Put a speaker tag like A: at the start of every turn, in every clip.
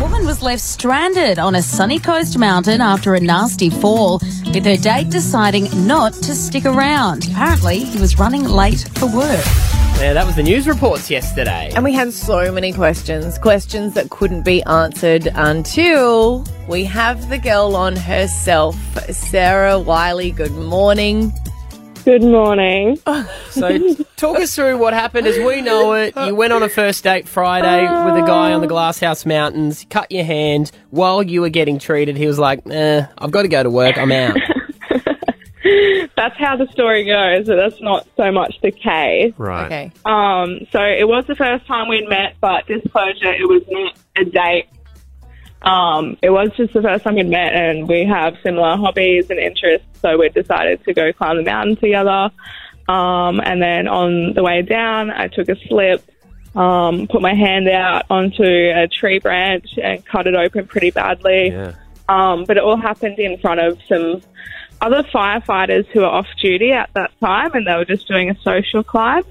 A: woman was left stranded on a sunny coast mountain after a nasty fall, with her date deciding not to stick around. Apparently, he was running late for work.
B: Yeah, that was the news reports yesterday.
C: And we had so many questions, questions that couldn't be answered until we have the girl on herself, Sarah Wiley. Good morning.
D: Good morning.
B: So, talk us through what happened as we know it. You went on a first date Friday with a guy on the Glasshouse Mountains, cut your hand while you were getting treated. He was like, eh, I've got to go to work, I'm out.
D: That's how the story goes. but That's not so much the case.
E: Right.
C: Okay.
D: Um, so it was the first time we'd met, but disclosure, it was not a date. Um, it was just the first time we'd met, and we have similar hobbies and interests, so we decided to go climb the mountain together. Um, and then on the way down, I took a slip, um, put my hand out onto a tree branch, and cut it open pretty badly.
E: Yeah.
D: Um, but it all happened in front of some other firefighters who were off duty at that time, and they were just doing a social climb.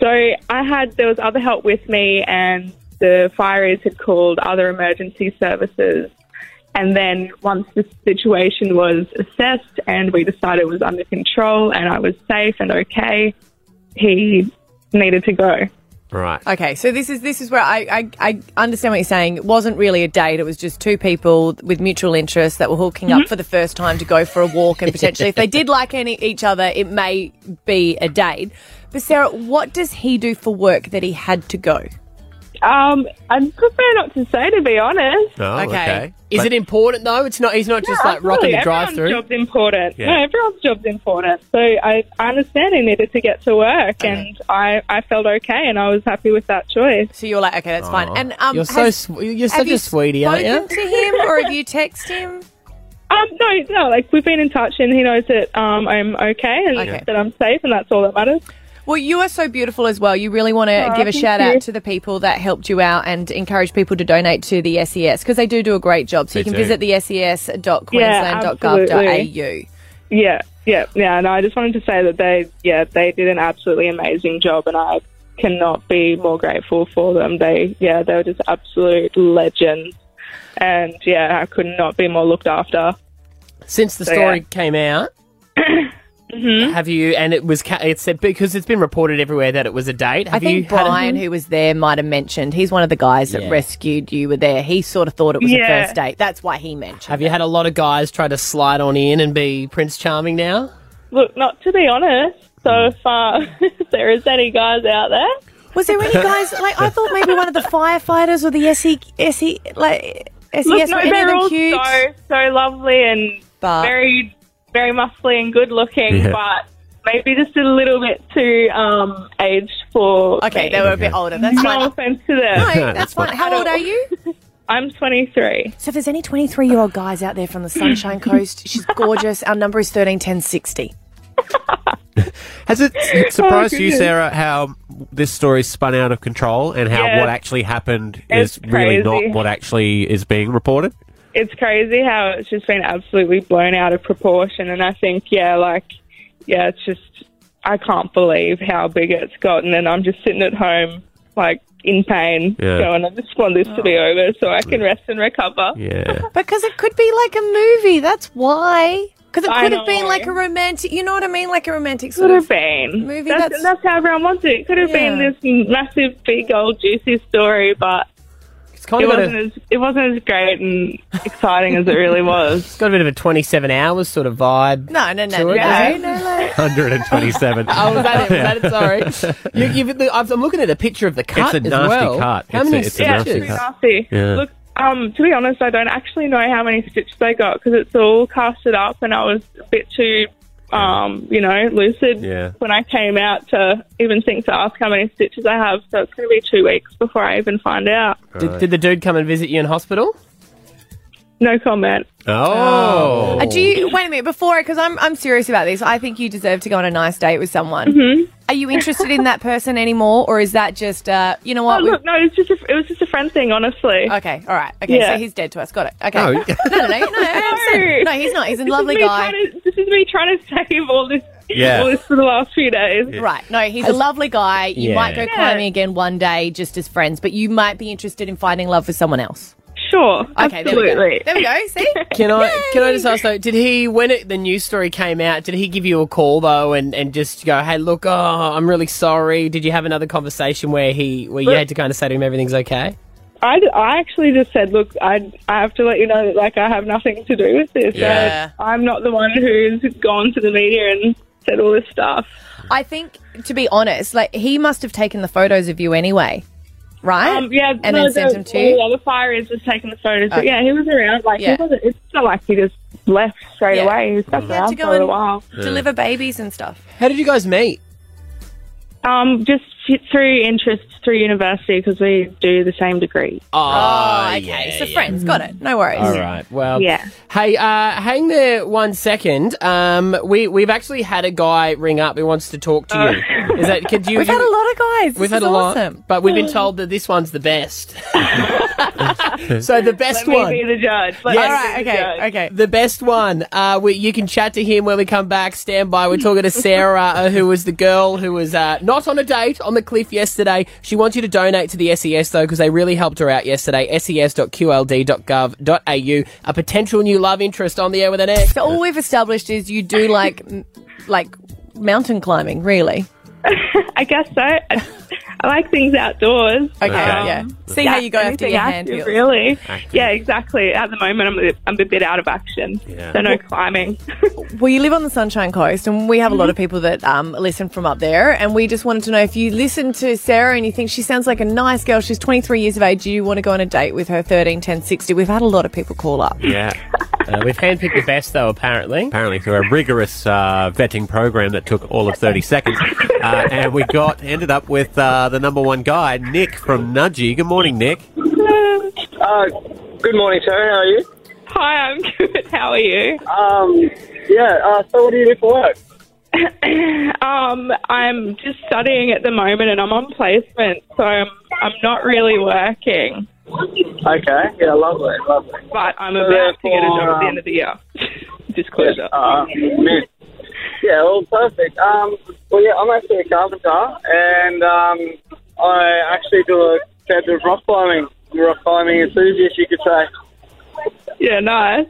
D: So I had there was other help with me, and the fireys had called other emergency services. And then once the situation was assessed and we decided it was under control and I was safe and okay, he needed to go.
E: Right.
C: Okay, so this is this is where I, I, I understand what you're saying. It wasn't really a date. It was just two people with mutual interests that were hooking
B: Mm-hmm.
C: up for the first time to go for a walk and potentially if they did like any each other, it may be a date. But Sarah, what does he do for work that he had to go?
D: Um, I'd prefer not to say, to be honest.
E: Oh, okay.
B: Is
E: But-
B: it important though? It's not. He's not just like rocking
D: Absolutely,
B: the drive-through.
D: Everyone's job's important.
E: Yeah.
D: No, everyone's job's important. So I, I understand he needed to get to work, and I, I felt okay, and I was happy with that choice.
C: So you're like, okay, that's fine. And um,
B: You're so
C: has-
B: sw- you're
C: have
B: such
C: you
B: a sweetie, aren't you?
C: spoken to him or have you texted him?
D: Um, no, no, like we've been in touch, and he knows that um, I'm okay and
C: Okay.
D: that I'm safe, and that's all that matters.
C: Well, you are so beautiful as well. You really want to
D: Aw,
C: give a
D: Oh, thank
C: shout
D: you.
C: out to the people that helped you out and encourage people to donate to the SES because they do do a great job. So
E: They
C: you can
E: do.
C: visit the E ses.queensland.gov.au.
D: absolutely. Yeah, yeah, yeah. And I just wanted to say that they, yeah, they did an absolutely amazing job, and I cannot be more grateful for them. They, yeah, they were just absolute legends, and yeah, I could not be more looked after.
B: Since the
D: So,
B: story
D: yeah.
B: came out, have you? And it was. ca- It said because it's been reported everywhere that it was a date. Have
C: I think
B: you had a-
C: Brian, who was there, might have mentioned he's one of the guys
B: Yeah.
C: that rescued you. Were there? He sort of thought it was
D: Yeah.
C: a first date. That's why he mentioned.
B: have you had a lot of guys try to slide on in and be Prince Charming now?
D: Look, not to be honest. So
C: Hmm.
D: if, uh, if there is any guys out there,
C: Was there any guys like I thought maybe one of the firefighters or the SE SE E, like SES
D: look,
C: were
D: no,
C: any of
D: they're
C: them
D: all
C: cute?
D: so so lovely and
C: But-
D: very very muscly and good looking,
E: Yeah.
D: but maybe just a little bit too um, aged for.
C: okay,
D: me.
C: they were a bit older. That's
D: No
C: fine.
D: offense to them.
C: No, that's fine. How old are you?
D: I'm 23.
C: So if there's any 23 year old guys out there from the Sunshine Coast, she's gorgeous. Our number is 131060.
E: Has it s- surprised you,
D: goodness.
E: Sarah, how this story spun out of control and how
D: Yeah.
E: what actually happened
D: It's
E: is
D: crazy.
E: really not what actually is being reported?
D: It's crazy how it's just been absolutely blown out of proportion. And I think, yeah, like, yeah, it's just, I can't believe how big it's gotten. And I'm just sitting at home, like, in pain,
E: Yeah.
D: going, I just want this to be
C: Oh.
D: over so I can rest and recover.
E: Yeah.
C: Because it could be like a movie. That's why. Because it
D: I
C: could have been
D: know.
C: like a romantic, you know what I mean? Like a romantic
D: Could
C: sort
D: have
C: of.
D: been.
C: Movie,
D: that's,
C: that's-
D: that's, how everyone wants it. Could have been
C: Yeah.
D: this massive, big, old, juicy story, but
B: It's kind
D: it
B: of got
D: wasn't,
B: a,
D: as, it wasn't as great and exciting as it really was.
B: it's got a bit of a twenty-seven hours sort of vibe.
C: No, no, no, no,
B: Sure,
C: no,
D: yeah.
C: no, like-
E: 127.
B: Oh, was that it? Was that it? Sorry. You, you've, the- I've- I'm looking at a picture of the cut
E: a
B: as
E: nasty
B: well.
E: cut.
B: How
E: It's a-
B: many
E: it's a
D: Yeah,
B: stitches?
D: it's pretty
E: cut.
D: nasty.
E: Yeah.
D: Look, um, to be honest, I don't actually know how many stitches they got because it's all casted up, and I was a bit too, um, you know, lucid
E: Yeah.
D: when I came out to even think to ask how many stitches I have. So it's going to be two weeks before I even find out.
B: Did, did the dude come and visit you in hospital?
D: No comment.
E: Oh.
C: Uh, do you, wait a minute, before, because I'm, I'm serious about this. I think you deserve to go on a nice date with someone.
D: Mm-hmm.
C: Are you interested in that person anymore? Or is that just, uh, you know
D: Oh,
C: what? we-
D: look, no, it was just a, it was just a friend thing, honestly.
C: Okay, all right. Okay,
D: Yeah.
C: so he's dead to us. Got it. Okay.
E: No.
C: no, no, no, no, no, no, he's not. He's a
D: This is
C: lovely
D: me
C: guy.
D: trying to- this is me trying to save all this
E: Yeah.
D: all this for the last few days.
C: Right. No, he's a lovely guy. You
E: Yeah.
C: might go
E: Yeah.
C: climbing again one day just as friends, but you might be interested in finding love with someone else.
D: Sure.
C: Okay, there we go.
D: absolutely.
C: There we go. See?
B: Can I can I just ask though? Did he when it, the news story came out? Did he give you a call though and, and just go, hey, look, oh, I'm really sorry. Did you have another conversation where he where you had to kind of say to him everything's okay?
D: I, I actually just said, look, I, I have to let you know that like I have nothing to do with this.
E: Yeah.
D: Uh, I'm not the one who's gone to the media and said all this stuff.
C: I think, to be honest, like he must have taken the photos of you anyway, right?
D: Um, yeah,
C: and
D: no,
C: then sent
D: the,
C: them to you.
D: The other fire is just taking the photos.
C: Okay.
D: But yeah, he was around. Like
C: Yeah.
D: he wasn't. It's not like he just left straight
C: Yeah.
D: away. He was stuck
C: He had
D: around
C: to go
D: for a
C: and
D: while.
C: deliver babies and stuff.
B: How did you guys meet?
D: Um, just f- through interest through university because we do the same degree.
B: Oh,
C: Oh, okay. so friends, got it. No worries.
B: All right. Well,
D: Yeah.
B: Hey, uh, hang there one second. Um, we we've actually had a guy ring up who wants to talk to
D: Oh.
B: you. Is that could you?
C: We've had a lot of guys.
B: We've
C: this
B: had
C: is
B: a lot,
C: awesome.
B: but we've been told that this one's the best. so the best
D: Let me
B: one.
D: be the judge.
B: Yes.
D: Let me
C: All right,
D: be the judge.
C: okay, okay.
B: The best one. Uh, we, you can chat to him when we come back. Stand by. We're talking to Sarah, uh, who was the girl who was uh, not on a date on the cliff yesterday. She wants you to donate to the SES, though, because they really helped her out yesterday. E ses.qld.gov.au. A potential new love interest on the air with an X.
C: So all we've established is you do like, m- like mountain climbing, really.
D: I guess so. I, I like things outdoors.
C: Okay,
E: Okay.
C: yeah. See how you go after
D: Um, Anything
C: your hand.
D: active,
C: feels.
D: really.
E: Active.
D: Yeah, exactly. At the moment, I'm a, I'm a bit out of action.
E: Yeah.
D: So no climbing.
C: Well, you live on the Sunshine Coast, and we have a lot of people that um, listen from up there. And we just wanted to know if you listen to Sarah and you think she sounds like a nice girl, she's 23 years of age, do you want to go on a date with her 13, 10, 60? We've had a lot of people call up.
E: Yeah.
B: Uh, we've handpicked the best, though, apparently.
E: Apparently through a rigorous uh, vetting program that took all of 30 seconds. Uh, and we got ended up with uh, the number one guy, Nick from Nudgy. Good morning, Nick.
F: Uh, good morning, Sarah. How are you?
D: Hi, I'm good. How are you?
F: Um, yeah. Uh, so, what do you do for work?
D: Um, I'm just studying at the moment, and I'm on placement, so I'm I'm not really working,
F: Okay. Yeah, lovely, lovely.
D: but I'm about to get a job at the end of the year. Disclosure.
F: Uh, man. Yeah. Well, perfect. Um, well, yeah. I'm actually a carpenter, and um, I actually do a fair bit of rock climbing. I'm a rock climbing enthusiast, you could say.
D: Yeah, nice.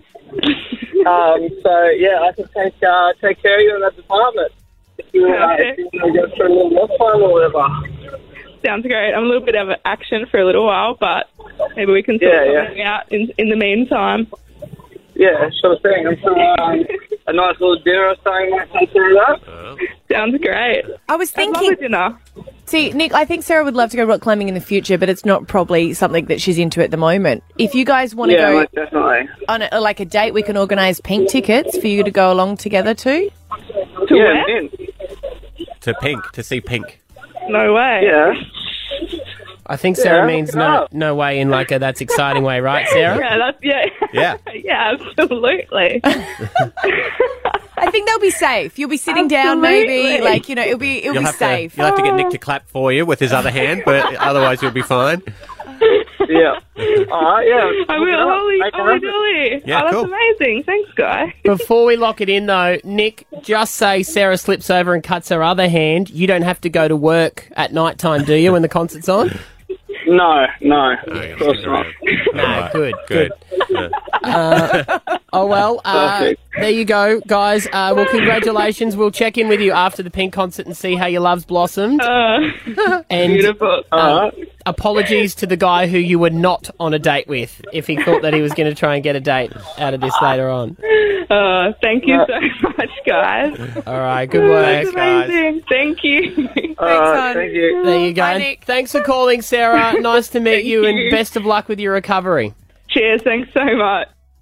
F: Um, so, yeah, I can take uh, take care of you in that department. If you uh, if you want to go for a little rock climb or whatever.
D: Sounds great. I'm a little bit out of action for a little while, but maybe we can sort
F: Yeah, yeah.
D: something out in in the meantime.
F: Yeah, sure thing. I'm sure, um, a nice little dinner or something might come through that.
D: Sounds great.
C: I was
D: I'd love
C: thinking,
D: a dinner.
C: see, Nick, I think Sarah would love to go rock climbing in the future, but it's not probably something that she's into at the moment. If you guys want to
F: Yeah,
C: go
F: most definitely.
C: on a, like a date, we can organise pink tickets for you to go along together too.
D: To
F: yeah,
D: where?
F: mint.
E: To Pink, to see Pink.
D: No way.
F: Yeah.
B: I think Sarah
F: Yeah.
B: means no, no way in like a that's exciting way, right, Sarah?
D: Yeah, that's yeah.
E: Yeah.
D: yeah, absolutely.
C: I think they'll be safe. You'll be sitting down, maybe,
D: Absolutely.
C: like you know, it'll be it'll
E: You'll
C: be
E: have, to,
C: safe. Oh.
E: you'll have to get Nick to clap for you with his other hand, but otherwise you'll be fine.
F: Yeah. All right, yeah.
D: I will. Holy,
F: Make a
D: holy
F: reference.
D: moly.
E: Yeah,
D: oh, that's
E: cool.
D: amazing. Thanks, guy.
B: Before we lock it in, though, Nick, just say Sarah slips over and cuts her other hand. You don't have to go to work at night time, do you, when the concert's on?
F: No, no. Of course not.
B: Ah, good, good.
E: Good. Yeah.
B: Oh, well, uh,
F: Perfect.
B: there you go, guys. Uh, well, congratulations. We'll check in with you after the Pink concert and see how your love's blossomed.
D: Uh,
B: And
D: beautiful.
F: All right.
B: apologies to the guy who you were not on a date with if he thought that he was going to try and get a date out of this later on.
D: Uh, thank you so much, guys.
B: All right, good work.
D: That's amazing. Thank you.
F: All right.
C: hon.
F: uh, Thank you.
B: There you go.
C: Bye, Nick.
B: Thanks for calling, Sarah. Nice to meet you, and
D: you.
B: best of luck with your recovery.
D: Cheers. Thanks so much.